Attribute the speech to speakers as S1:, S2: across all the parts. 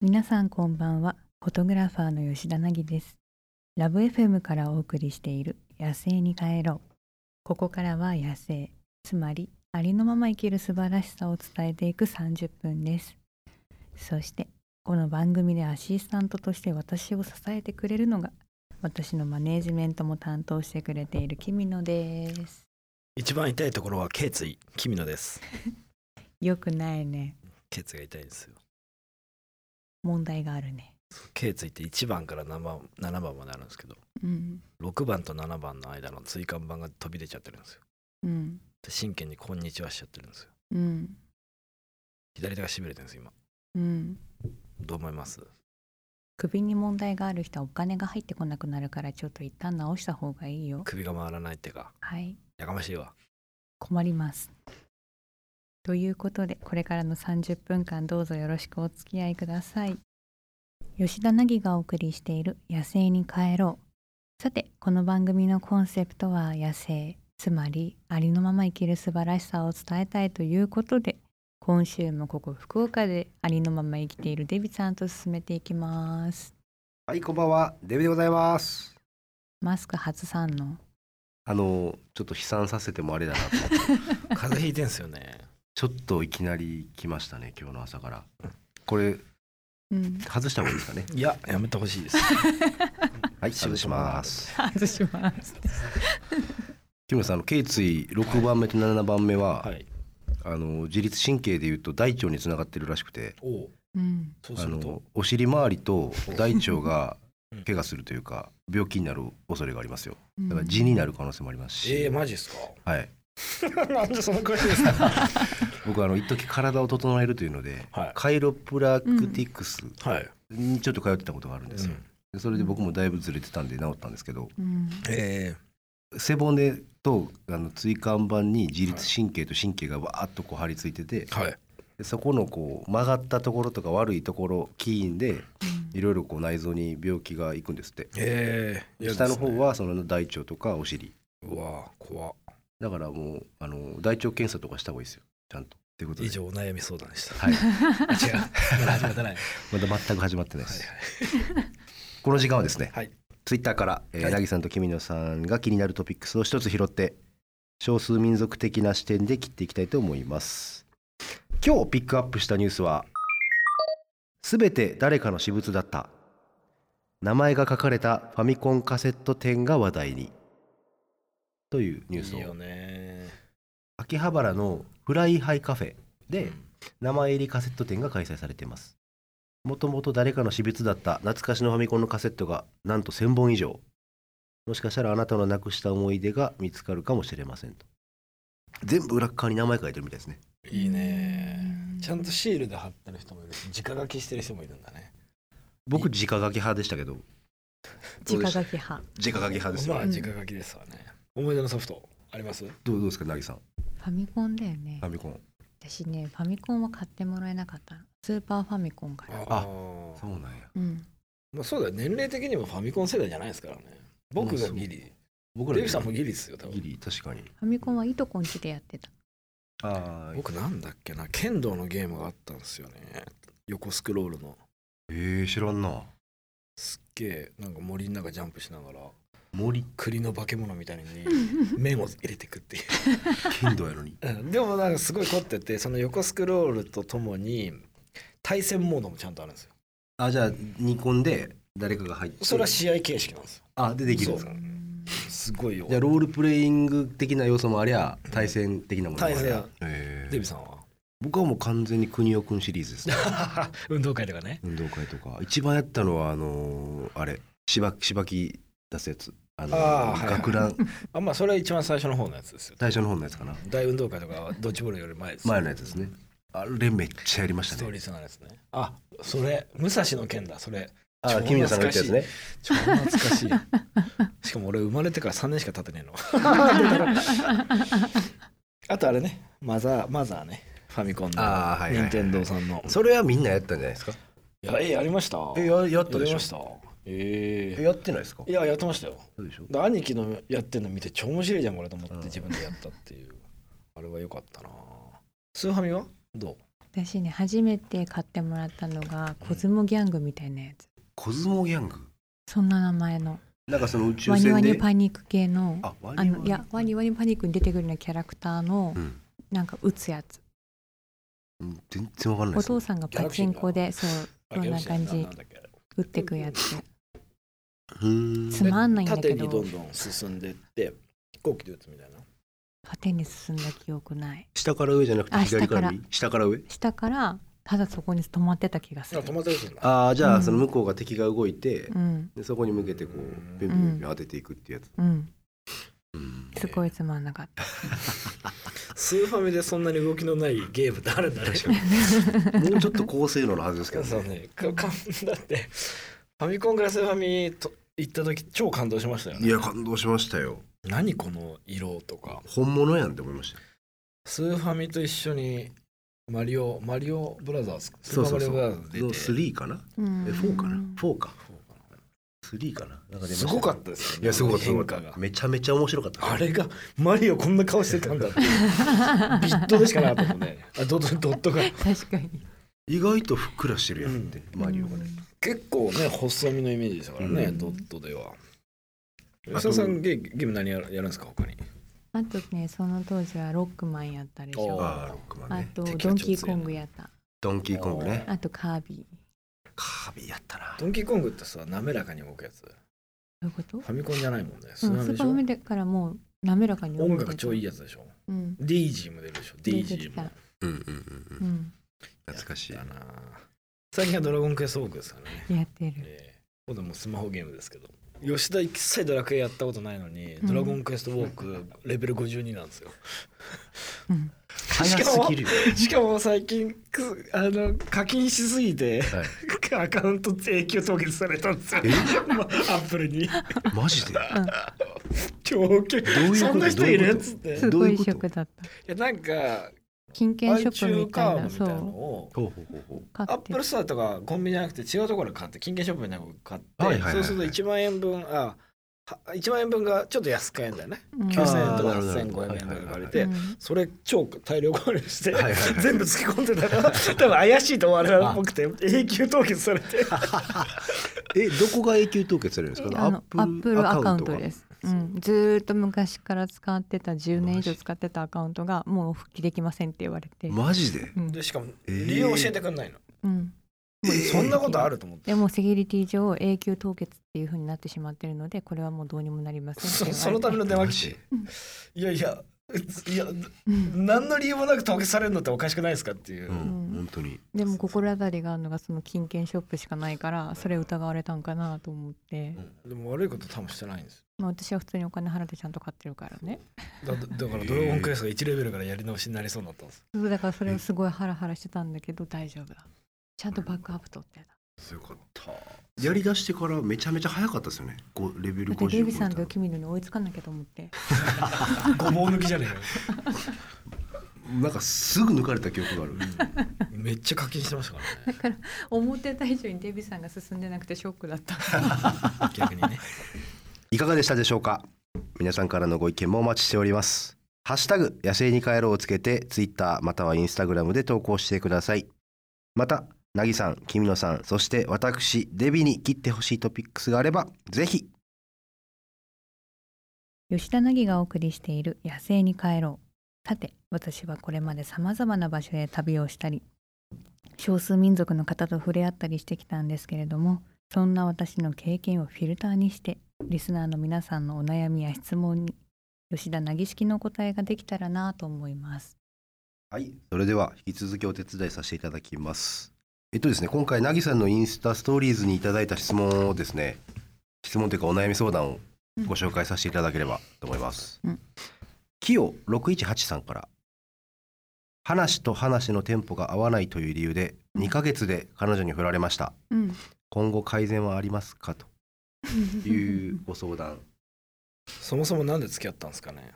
S1: 皆さんこんばんはフォトグラファーの吉田凪ですラブ FM からお送りしている野生に帰ろうここからは野生つまりありのまま生きる素晴らしさを伝えていく30分ですそしてこの番組でアシスタントとして私を支えてくれるのが私のマネージメントも担当してくれているキミノです
S2: 一番痛いところは頸椎君のです
S1: よくないね
S2: 頸椎が痛いんですよ
S1: 問題があるね
S2: 頸椎って1番から7番 ,7 番まであるんですけど
S1: うん
S2: 6番と7番の間の椎間板が飛び出ちゃってるんですよ
S1: うん
S2: で真剣に「こんにちは」しちゃってるんですよ
S1: うん
S2: 左手が痺れてるんです今
S1: うん
S2: どう思います
S1: 首に問題がある人はお金が入ってこなくなるからちょっと一旦直した方がいいよ。
S2: 首が回らないってか
S1: はい、
S2: やかましいわ
S1: 困ります。ということでこれからの30分間どうぞよろしくお付き合いください。吉田凪がお送りしている「野生に帰ろう」。さてこの番組のコンセプトは「野生」つまりありのまま生きる素晴らしさを伝えたいということで今週もここ福岡でありのまま生きているデビさんと進めていきます。
S3: はい、こんばんは。デビでございます。
S1: マスク外さんの
S3: あの、ちょっと悲惨させてもあれ だなと。
S2: 風邪ひいてんすよね
S3: ちょっといきなり来ましたね、今日の朝から。これ、
S1: うん、
S3: 外した方 がいいですかね。
S2: いややめてほしいで す
S3: はい、外します。
S1: 外します。
S3: 木村さん、あの頸椎6番目と7番目は、
S2: はい
S3: あの自律神経でいうと大腸につながってるらしくて、
S2: おう
S1: うん、
S2: そう
S3: あ
S2: する
S3: の
S2: と
S3: お尻周りと大腸が
S2: うん
S3: 怪我する というか、病気になる恐れがありますよ。
S1: だ
S3: だから痔になる可能性もありますし、
S2: えー、マジっすか
S3: はい。
S2: なんでそんな詳しいですか
S3: 僕あの一時体を整えるというので、
S2: はい
S3: カイロプラクティクス
S2: はい、
S3: にちょっと通ってたことがあるんですよ。でそれで僕もだいぶずれてたんで治ったんですけど
S1: うん、
S2: え
S3: 背骨とあの椎間板に自律神経と神経がわーっとこう張り付いてて
S2: ー、はい
S3: でそこのこう曲がったところとか悪いところ起因でいろいろこう内臓に病気がいくんですって
S2: えー、嫌です
S3: 下
S2: ね
S3: の方はその大腸とかお尻
S2: うわー怖っ
S3: だからもうあの大腸検査とかした方がいいですよちゃんとっていうことで
S2: 以上お悩み相談で した
S3: はい
S2: 違うまだ始まってない
S3: まだ全く始まってないです、
S2: は
S3: この時間はですね、
S2: はい
S3: ツイッターから、えー
S2: はい
S3: なぎさんときみのさんが気になるトピックスを一つ拾って少数民族的な視点で切っていきたいと思います今日ピックアップしたニュースはすべて誰かの私物だった名前が書かれたファミコンカセット店が話題にというニュース
S2: いいよ
S3: を
S2: ね
S3: 秋葉原のフライハイカフェで、
S2: うん
S3: 名前入りカセット店が開催されていますもともと誰かの私物だった懐かしのファミコンのカセットがなんと1000本以上もしかしたらあなたのなくした思い出が見つかるかもしれませんと全部裏っ側に名前書いてるみたいですね
S2: いいねちゃんとシールで貼ってる人もいるし直書きしてる人もいるんだね
S3: 僕直書き派でしたけど
S1: 直書き派。
S3: 直書き派ですよ、
S2: まあ
S1: うん
S2: 直書きですわね、思い出のソフトあります
S3: どうどうですかなぎさん
S1: ファミコンだよね
S3: ファ。ミコン
S1: 私ね、ファミコンは買ってもらえなかったの。スーパーファミコンから。
S3: あ
S2: ー
S3: うなんや
S1: うん、
S2: まあ、そうだよ年齢的にもファミコン世代じゃないですからね僕がギリ、
S3: 僕
S2: デビさんもギリですよ多
S3: ギ
S2: 分
S3: リ確かに
S1: ファミコンはいとこんちでやってた。
S3: ああ
S2: 僕なんだっけな剣道のゲームがあったんですよね横スクロールの
S3: えー、知らんな
S2: すっげえなんか森の中ジャンプしながら
S3: 森
S2: 栗の化け物みたいに面を入れてくっていう
S3: 剣道やのに
S2: うんでもなんかすごい凝っててその横スクロールとともに対戦モードもちゃんとあるんですよ
S3: あじゃあ煮込んで誰かが入って
S2: それは試合形式なんですよ
S3: あでできるんです
S2: そう
S3: か
S1: うん
S2: すごいよ
S3: じゃあロールプレイング的な要素もありゃ対戦的なものもありゃ
S2: 対戦
S3: へえ
S2: デビさんは
S3: 僕はもう完全に国尾くんシリーズ ですね
S2: 運動会とかね
S3: 運動会とか一番やったのはあのーあれしばしばき出すやつあのー
S2: あーはい
S3: 学ラン
S2: あまあそれは一番最初の方のやつですよ
S3: 最初の方のやつかな
S2: 大運動会とかはドッジボールより前です
S3: 前のやつですねあれめっちゃやりまし
S2: ス
S3: た
S2: トー
S3: ね
S2: リーつながるやつねあそれ武蔵の剣だそれ
S3: あ
S2: 超
S3: ー君野さんが言ったやつね
S2: 超懐かしいしかも俺生まれてから3年しか経ってねえの あとあれねマザーマザーねファミコンの
S3: あーはいはいはい
S2: 任天堂さんの
S3: それはみんなやったんじゃないですか
S2: いや、えやりました。
S3: えややったで
S2: やり
S3: し
S2: まし
S3: ょ
S2: た。え
S3: えやってないですか
S2: えいや、やってましたよ。
S3: そうでしょ
S2: で兄貴のやってるの見て、超面白いじゃん、これと思って、
S3: うん
S2: 自分でやったっていう。あれは良かったな。スーファミはどう
S1: 私ね初めて買ってもらったのがコズモギャングみたいなやつ
S3: コズモギャング
S1: そんな名前の
S3: なんかその宇宙
S1: ワニワ
S3: 船
S1: ニ
S3: で
S1: パニック系の
S3: あワ
S1: あのいやワニワニパニックに出てくるようなキャラクターの
S3: うん
S1: なんか撃つやつ
S3: うん全然わかんない
S1: お
S3: です
S1: 父さんがパチンコでそうどんな感じ
S2: だっけあれ
S1: 撃ってくやつ
S3: うーん
S1: つまんないんだけ
S2: 縦にど
S1: ど
S2: んどん進んでって飛行機で撃つみたいな
S1: 縦に進んだ記憶ない
S3: 下から上じゃなくて
S1: あ
S3: 左か
S1: 下
S3: ら右下から上
S1: 下からただそこに止まってた気がす
S2: あ
S1: る
S2: 止まってほしいんだ
S3: ああじゃ
S1: う
S3: あ
S1: ん
S3: その向こうが敵が動いて、
S1: うん
S3: でそこに向けてこ
S2: うん
S3: うビンビンビンビン当てていくっていうやつ、
S1: うん
S3: うん
S1: すごいつまんなかった
S2: スーファミでそんなに動きのないゲームってあるんだね
S3: 確かにもうちょっと高性能のはずですけど
S2: そう
S3: ね
S2: ねかかだってファミコンからスーファミと行った時超感動しましたよ
S3: い
S2: ね
S3: や感動しましたよ
S2: 何この色とか
S3: 本物やんって思いました
S2: スーファミと一緒にマリオマリオブラザーズス
S3: そ
S2: ー
S3: う
S2: パー
S3: そ
S2: マリオブラ
S3: うそう
S2: ザーズ出て
S3: の3かな
S1: うん
S3: え4かな
S1: うん
S3: 4か3かななんか出ましたね
S2: すごかったですよね
S3: いやすごかったすご
S2: 変
S3: か
S2: 化
S3: っ
S2: が
S3: ためちゃめちゃ面白かった
S2: あれがマリオこんな顔してたんだっていう ビットでしかなかったもんねあドドドットが
S1: 確かに
S3: 意外とふっくらしてるやんって、マリオがね
S2: 結構ね細身のイメージでしたからね、
S3: うん
S2: ドットでは
S3: と
S2: 吉田さんゲゲーム何やるやるんですか他に
S1: あとねその当時はロックマンやったでし
S2: お
S1: ょ
S3: ああロックマン
S1: あ
S3: ね
S1: と
S2: 敵は
S1: ドンキーコングやった
S3: ドンキーコングね
S1: あとカービィ
S3: カービィやったな
S2: ドンキーコングってさ滑らかに動くやつフ
S1: どういうことうん
S2: ァミコンじゃないもんね
S1: ス
S2: ス
S1: ー
S2: ナメでし
S1: パー
S2: ょ
S1: ファミだからもう滑らかに
S2: 音楽超いい
S1: や
S2: やつでしょ
S1: うん
S2: デイジーも出るでしょデイジーも
S3: うんうんうん
S1: う
S3: うん
S1: ん
S3: 懐かしい
S2: だな最近はドラゴンクエスト多くですからね
S1: やってる
S2: ええほとんどもうスマホゲームですけど吉田一切ドラクエやったことないのに、
S1: うん
S2: ドラゴンクエストウォークレベル52なんですよ
S1: うん
S3: 早す ぎるよ
S2: しかも最近くあの課金しすぎて
S3: はい
S2: アカウント永久凍結されたんですよ、まアップルに
S3: マジで
S2: 超級
S3: どういうこと
S2: そんな人いるっつっ
S3: どう
S2: てい
S3: いうこ
S1: す
S3: と
S1: ごいショックだった
S2: やなんか
S1: 金券ショップ
S2: iTunes
S1: みた
S2: カ
S1: い
S2: ード
S1: な
S2: みた
S1: そ
S2: いなの
S1: う
S2: を
S3: ほうほうほうほう
S1: 買
S2: アッ
S1: って
S2: プルストアとかコンビニじゃなくて違うところで買って金券ショップみたいなの買って、
S3: はいはいはいはい
S2: そうすると1万円分あは1万円分がちょっと安く買えるんだよね
S1: うん
S2: 9000円とか
S3: あーなるほど
S2: 8500円とかで借り
S1: う
S2: て
S1: ん
S2: それ超大量購入して、
S3: はいはいはい
S2: 全部つけ込んでた ら多分怪しいと思われなくて永久凍結されて
S3: えどこが永久凍結されるんですか
S1: あのアップルアカウントですす、うん、ずーっと昔から使ってた10年以上使ってたアカウントがもう復帰できませんって言われて、
S3: マジで
S1: うん
S2: でしかも
S3: えー
S2: 理由教えてくんないの、
S1: うん、
S2: そんなことあると思って
S1: でもセキュリティ上永久凍結っていう風になってしまってるのでこれはもうどうにもなりませんって言われ
S2: そ
S1: て
S2: そのための電話来て
S1: うん
S2: いやいやいや
S1: うん
S2: 何の理由もなく凍結されるのっておかしくないですかっていうう、
S3: ん
S1: うん
S3: 本当に
S1: でも心当たりがあるのがその金券ショップしかないからそれ疑われたんかなと思って、
S2: でも悪いこと多分してないんですよ
S1: まあ、私は普通にお金払ってちゃんと買ってるからね
S2: だだからドラゴンクエストが1レベルからやり直しになりそうになったんです
S1: そうだからそれをすごいハラハラしてたんだけど大丈夫だちゃんとバックアップ取ってた
S3: すごかったやりだしてからめちゃめちゃ早かったですよねこうレベ
S1: だ
S3: ル
S1: って
S3: 50
S1: デイビさん
S3: 超
S1: と
S3: えた
S1: キミノに追いつかなきゃと思って
S2: ごぼう抜きじゃね
S3: のなんかすぐ抜かれた記憶がある
S2: えよめっちゃ課金してましたからね
S1: 思ってた以上にデイビさんが進んでなくてショックだった
S2: 逆にね
S3: いかがでしたでしょうか皆さんからのご意見もお待ちしておりますハッシュタグ野生に帰ろうをつけてツイッターまたはインスタグラムで投稿してくださいまたなぎさん、きみのさん、そして私デビに切ってほしいトピックスがあればぜひ
S1: 吉田凪がお送りしている「野生に帰ろう」さて私はこれまでさまざまな場所へ旅をしたり少数民族の方と触れ合ったりしてきたんですけれどもそんな私の経験をフィルターにしてリスナーの皆さんのお悩みや質問に吉田凪式のお答えができたらなと思います。
S3: はい、それでは引き続きお手伝いさせていただきます。えっとですね、今回なぎさんのインスタストーリーズにいただいた質問をですね、質問というかお悩み相談をご紹介させていただければと思います。
S1: うん
S3: キヨ618さんから話と話のテンポが合わないという理由で
S1: うん
S3: 2ヶ月で彼女に振られました。
S1: うん、
S3: 今後改善はありますかというご相談。
S2: そもそもなんで付き合ったんですかね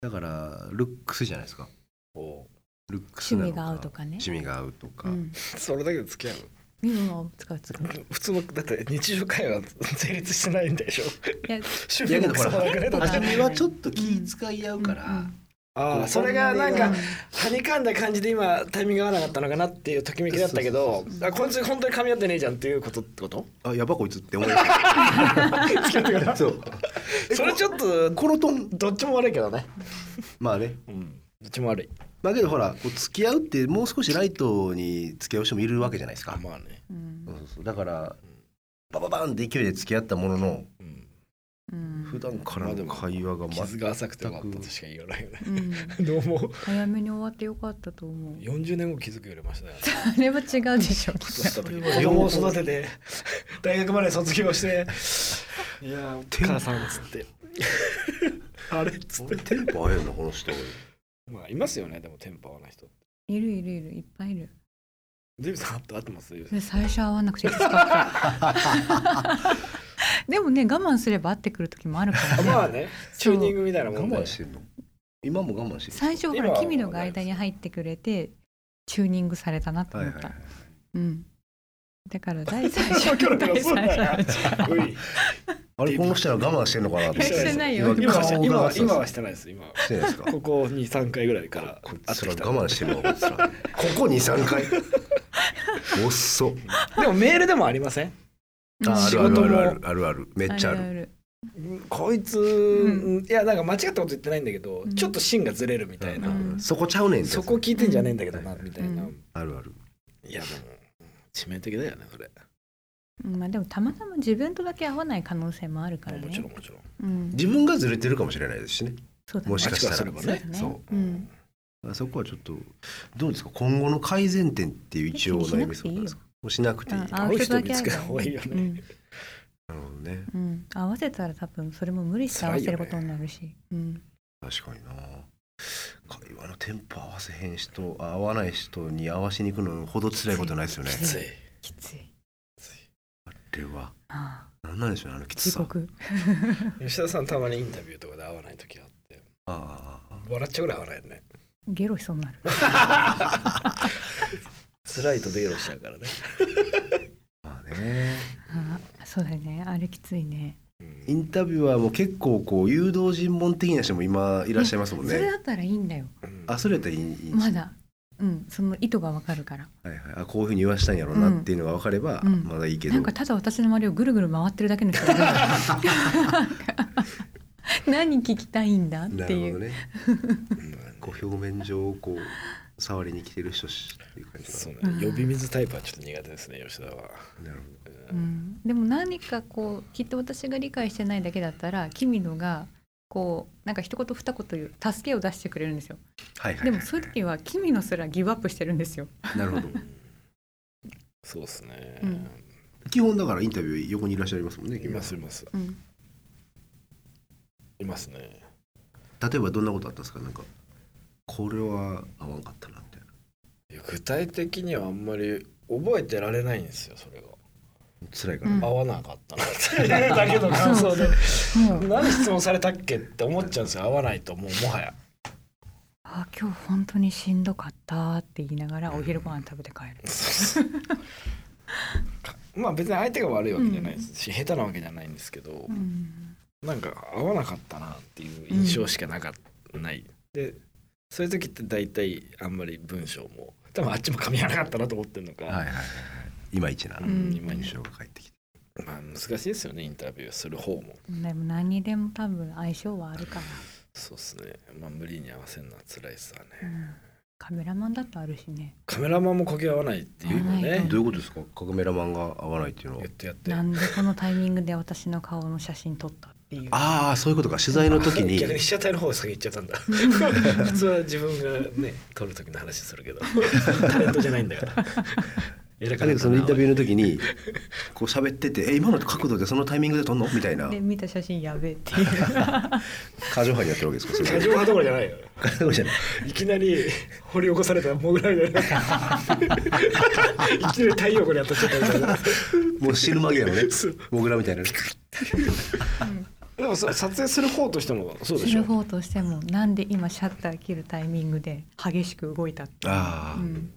S3: だからルックスじゃないですか。
S2: お
S3: ルックス
S1: 趣
S3: な
S1: 味が
S3: のか
S1: 合うとかね。
S3: 趣味が合うとか。
S1: うん、
S2: それだけで付き合う
S1: 今も使う使う。
S2: 普通のだって日常会話成立してないんでしょ
S1: いや
S2: 趣
S3: い
S2: 味
S3: やけ
S2: も
S3: ど
S2: ク
S3: ほ
S2: ソ
S3: ら
S2: もなくね
S1: だ
S2: だ
S1: っ
S2: ってて
S3: 初めはちょっと気遣い合うから、
S1: うんうん
S2: ああそれがなんかはにかんだ感じで今タイミング合わなかったのかなっていうときめきだったけどあこいつ本当に噛み合ってねえじゃんっていうことってこと
S3: あやばこいつって思いま
S2: 付
S3: し
S2: き 合ってから
S3: たそう
S2: それちょっと
S3: コロトン
S2: どっちも悪いけどね
S3: まあね
S2: うんどっちも悪い
S3: まあけどほらこう付き合うってもう少しライトに付き合う人もいるわけじゃないですか、
S2: まあね
S1: うん
S3: そうそうそうだからバババンって勢いで付き合ったものの
S2: うん
S1: うん
S3: 普段からの会話が全
S2: 傷
S3: く
S2: が浅くてよかったとしか言わないよね
S1: うん
S2: どうも
S1: 早めに終わってよかったと思う
S2: 40年後気づくよりましたね
S1: あれは違うでしょ
S2: 子供を育てて大学まで卒業していやお母さんっつってあれっつって
S3: テンポ合えるなこの人
S2: まあいますよねでもテンパ合わない人
S1: いるいるいるいっぱいいる
S2: デビさん合って合ってますデビさん
S1: で最初合わなくてきつか ったでもね我慢すれば合ってくる時もあるから
S2: あ
S1: ね、
S2: まあねチューニングみたいな
S3: 我
S2: もんで
S3: 慢してんの今も我慢してる
S1: 最初ほ
S2: 今
S1: ら
S2: は
S1: 君のが間に入ってくれてチューニングされたなと
S3: はい
S1: 思
S3: は
S1: っ
S3: い
S1: た、
S3: はい
S1: うんだから第三
S2: わ
S1: 者
S2: けわかんない
S1: 第三者の力
S2: うい
S3: あれこの人は我慢してんのかなと思って
S1: してないよ
S2: 今はし
S3: 顔
S2: 今
S3: が
S2: は
S3: して
S2: 今
S3: ない
S2: はしてないです今は
S3: ですか
S2: ここ二三回ぐらいから
S3: こい
S2: 会っ
S3: つ
S2: て
S3: ら
S2: きた
S3: 我慢してるわこいつらここ23回おっそ
S2: でもメールでもありません
S3: ああ
S2: 仕
S3: るあ
S2: 事
S3: る
S2: も
S3: あるあるあるめっちゃある
S1: る
S2: こいつ、
S1: う
S2: いやなんか間違ったこと言ってないんだけど、
S1: うん
S2: ちょっと芯がずれるみたいな、
S1: うん
S3: そこちゃうねんって
S2: そ
S3: やつ
S2: こ聞いてんじゃねえんだけどな、
S3: うん
S2: みたいな、
S1: う
S3: あるある
S2: いやでも致命的だよねそれ
S1: うんまあでもたまたま自分とだけ合わない可能性もあるからね
S2: もちろんもちろん
S1: うん、
S3: 自分がずれてるかもしれないですしね
S1: そうだね
S3: もしかしたら
S2: も
S1: そ
S2: し
S1: うだ
S2: か
S1: ね、
S3: そう
S1: ん、
S3: あそこはちょっとどうですか今後の改善点っていう一応悩みそうなんですかもうしなくていい
S1: うん
S3: と
S1: あ
S2: 合う人見つけた方がいいよ
S1: う
S2: ね
S1: ん
S3: なるほどね
S1: うん、合わせたら多分それも無理して合わせることになるし、うん、
S3: 確かにな会話のテンポ合わせへん人合わない人に合わしに行くのほど辛いことないですよね
S1: き
S2: つい
S1: きつい
S2: つい
S3: あれは
S1: ああ
S3: 何なんでしょうねあのきつ
S1: 地
S3: さ
S1: 獄
S2: 吉田さんたまにインタビューとかで会わない時があって
S3: ああ
S2: 笑っちゃうぐらい合わないよね
S1: ゲロしそうになる
S2: 辛いとデロしちゃうからね、
S3: まあね
S1: ああそうだねあれきついね
S3: インタビュアーも結構こう誘導尋問的な人も今いらっしゃいますもん
S1: それ
S3: ね
S1: だったらいいんだよ
S2: うん
S3: あそれやったらいいいいんです
S1: まだうんその意図がわかるから
S3: はいはい、あこういうふうに言わしたんやろうなっていうのが分かれば、
S1: うん
S3: まだいいけど、
S1: なんかただ私の周りをぐるぐる回ってるだけの人がいる 何聞きたいんだっ
S3: な
S1: て
S3: る
S1: い
S3: ほ
S1: う、
S3: どねこう表面上をこう触りに来てる人しっていう感じ
S2: そう
S3: か
S2: ね呼び水タイプはちょっと苦手ですね吉田は
S3: ななるほ
S1: うん、でも何かこうきっと私が理解してないだけだったら君野がこうなんか一言二言言う助けを出してくれるんですよ
S3: どはいはい、
S1: でもそういう時は君野すらギブアップしてるんですよ
S3: なるほど
S2: そうですね、
S1: うん
S3: 基本だからインタビュー横にいらっしゃいますもんね
S2: い
S3: 君は
S2: ますいます
S1: うん
S2: いますね
S3: 例えばどんなことあったんですかなんかこれは合わんかったなみたいない
S2: や具体的にはあんまり覚えてられないんですよそれが
S3: 辛いから、
S1: うん
S2: 合わなかった なっていうだけの感想で
S1: もう
S2: 何質問されたっけって思っちゃうんですよ合わないともうもはや
S1: あ今日本当にしんどかったって言いながらお昼ご飯食べて帰る、
S2: まあ別に相手が悪いわけじゃないですし、下手なわけじゃないんですけど、
S1: うん
S2: なんか合わなかったなっていう印象しかなかった、ないでそういう時って大体あんまり文章も多分あっちも噛み合わなかったなと思ってるのか、
S3: はいはいはいはいいまいちな
S1: うん
S2: 今に
S3: 印象が返ってきて、
S2: まあ難しいですよねインタビューする方も
S1: でも何にでも多分相性はあるから、
S2: そうですねまあ無理に合わせるのは辛いですわね
S1: うんカメラマンだってあるしね
S2: カメラマンもこけ合わないっていうの
S1: 合わな
S2: ね
S1: い
S3: どういうことですかカメラマンが合わないっていうのは
S2: やってやって
S1: なんでこのタイミングで私の顔の写真撮ったっていう
S3: ああそういうことか取材の時に
S2: 逆に被写体の方が先行っちゃったん だ普通は自分がね撮る時の話するけどタレントじゃないんだから偉
S3: だ
S2: か
S3: け
S2: っ
S3: ど
S2: た
S3: そのインタビュ
S2: ー
S3: ーの時にこう喋ってて「え今の角度でそのタイミングで撮んの?」みたいな
S1: で見た写真やべえ っていう
S3: 過剰派にやってるわけですかそ
S2: 過剰
S3: れ
S2: 派どころじゃないよ
S3: 過剰派じゃない
S2: いきなり掘り起こされたモグラみたい ないきなり太陽光に当たっちゃったみたいな
S3: もう死ぬ間際の ねモグラみたいなね
S2: でもそ撮影する方としてもそうで
S1: 知
S2: し
S1: る
S2: ょ
S1: 方としてもなんで今シャッター切るタイミングで激しく動いたっていう
S3: ああ、
S1: うん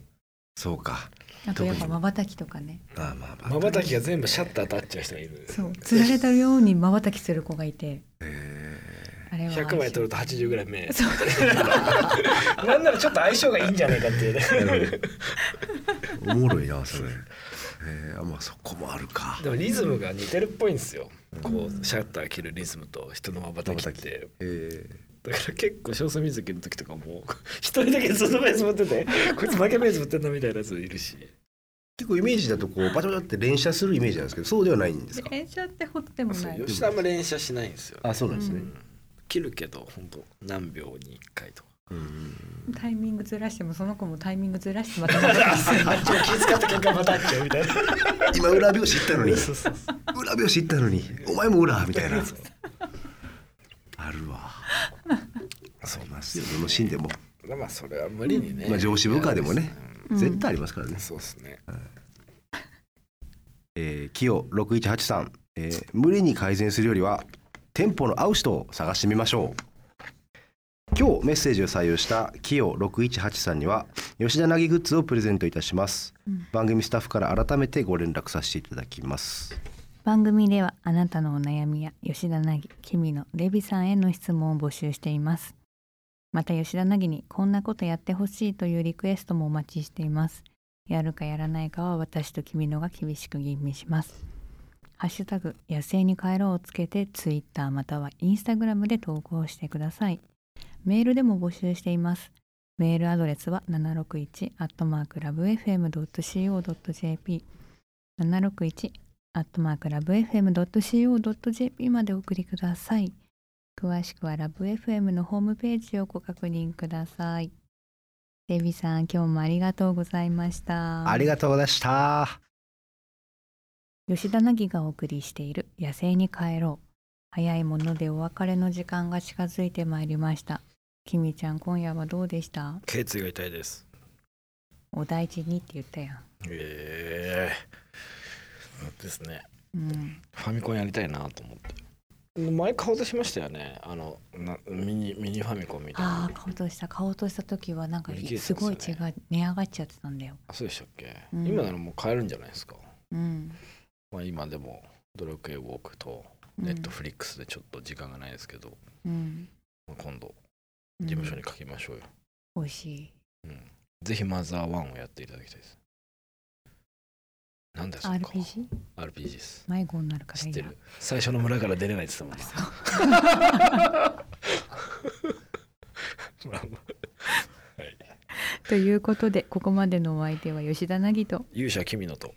S3: そうか
S1: あとやっぱまばたきとかね
S3: まあまあまあ
S2: まばたきが全部シャッター当たっちゃう人がいる
S1: そうつられたようにまばたきする子がいて
S3: え
S1: あれれは
S2: 100枚取ると80ぐらい 目
S1: そう
S2: なんならちょっと相性がいいんじゃないかっていうね
S3: なるほどおもろいなそれ、えー、あまあそこもあるか
S2: でもリズムが似てるっぽいんですよこうシャッター切るリズムと人のまばたきって
S3: え
S2: だから結構少数水着の時とかも 一人だけずっと目つぶって てこいつ負け目つぶってんなみたいなやついるし
S3: 結構イメージだとこうバチャバチャって連射するイメージなんですけどそうではないんですか
S1: 電車ってほどでもない
S2: 吉田あんま連射しないんですよ、
S3: あそうなんですね、
S2: 切るけど本当何秒に1回とか
S3: うん
S1: タイミングずらしてもその子もタイミングずらしてまた戻ってきて
S2: あっちも気遣った結果またあっちゃうみたいな
S3: 今裏拍子行った のに
S2: そうそうそう
S3: 裏拍子行ったのにお前も裏みたいなあるわありますよどのシーンでも
S2: まあまあそれは無理にね、
S3: まあ上司部下でもね
S1: うん
S3: 絶対ありますからね
S2: うん、そうですね
S3: えー、キヨ6183、えー無理に改善するよりはテンポの合う人を探してみましょう今日メッセージを採用したキヨ6183には吉田凪グッズをプレゼントいたします、
S1: うん
S3: 番組スタッフから改めてご連絡させていただきます
S1: 番組ではあなたのお悩みや吉田凪、君のレビさんへの質問を募集していますまた吉田凪にこんなことやってほしいというリクエストもお待ちしていますやるかやらないかは私と君のが厳しく吟味しますハッシュタグ野生に帰ろうをつけてツイッターまたはインスタグラムで投稿してくださいメールでも募集していますメールアドレスは761アットマークラブ FM.co.jp 761アットマークラブ FM.co.jp までお送りください。詳しくはラブ FM のホームページをご確認ください。デビさん、今日もありがとうございました。
S3: ありがとうございました
S1: 吉田凪がお送りしている「野生に帰ろう」早いものでお別れの時間が近づいてまいりましたきみちゃん今夜はどうでした
S2: 頸椎が痛いです
S1: お大事にって言ったや
S2: ええですね
S1: ん、うん、
S2: ファミコンやりたいなと思って前買おうとしましたよねあのなミニミニファミコンみたい
S1: あ
S2: な
S1: あ顔とした顔とした時はなんか
S2: 売り切れて
S1: す
S2: たんです
S1: ご
S2: よ
S1: い
S2: ね
S1: 血が値上がっちゃってたんだよ
S2: あそうでしたっけ、
S1: うん
S2: 今ならもう買えるんじゃないですか、
S1: うん
S2: まあ、今でも「ドラクエウォーク」と「
S1: うん
S2: ネットフリックス」でちょっと時間がないですけど、
S1: うん
S2: まあ今度
S1: うん
S2: 事務所に書きましょうよ、
S1: 美味しい
S2: うんぜひマザー1をやっていただきたいです何ですか
S1: RPG?
S2: RPG です
S1: 迷子になるから
S2: 知
S1: い
S2: っ
S1: い
S2: て
S1: や
S2: る最初の村から出れないって言っ てたもんね まあまあはい
S1: ということでここまでのお相手は吉田凪と
S2: 勇者君のと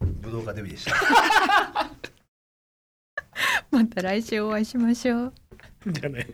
S3: 武道家デビでした
S1: また来週お会いしましょう
S2: じゃあね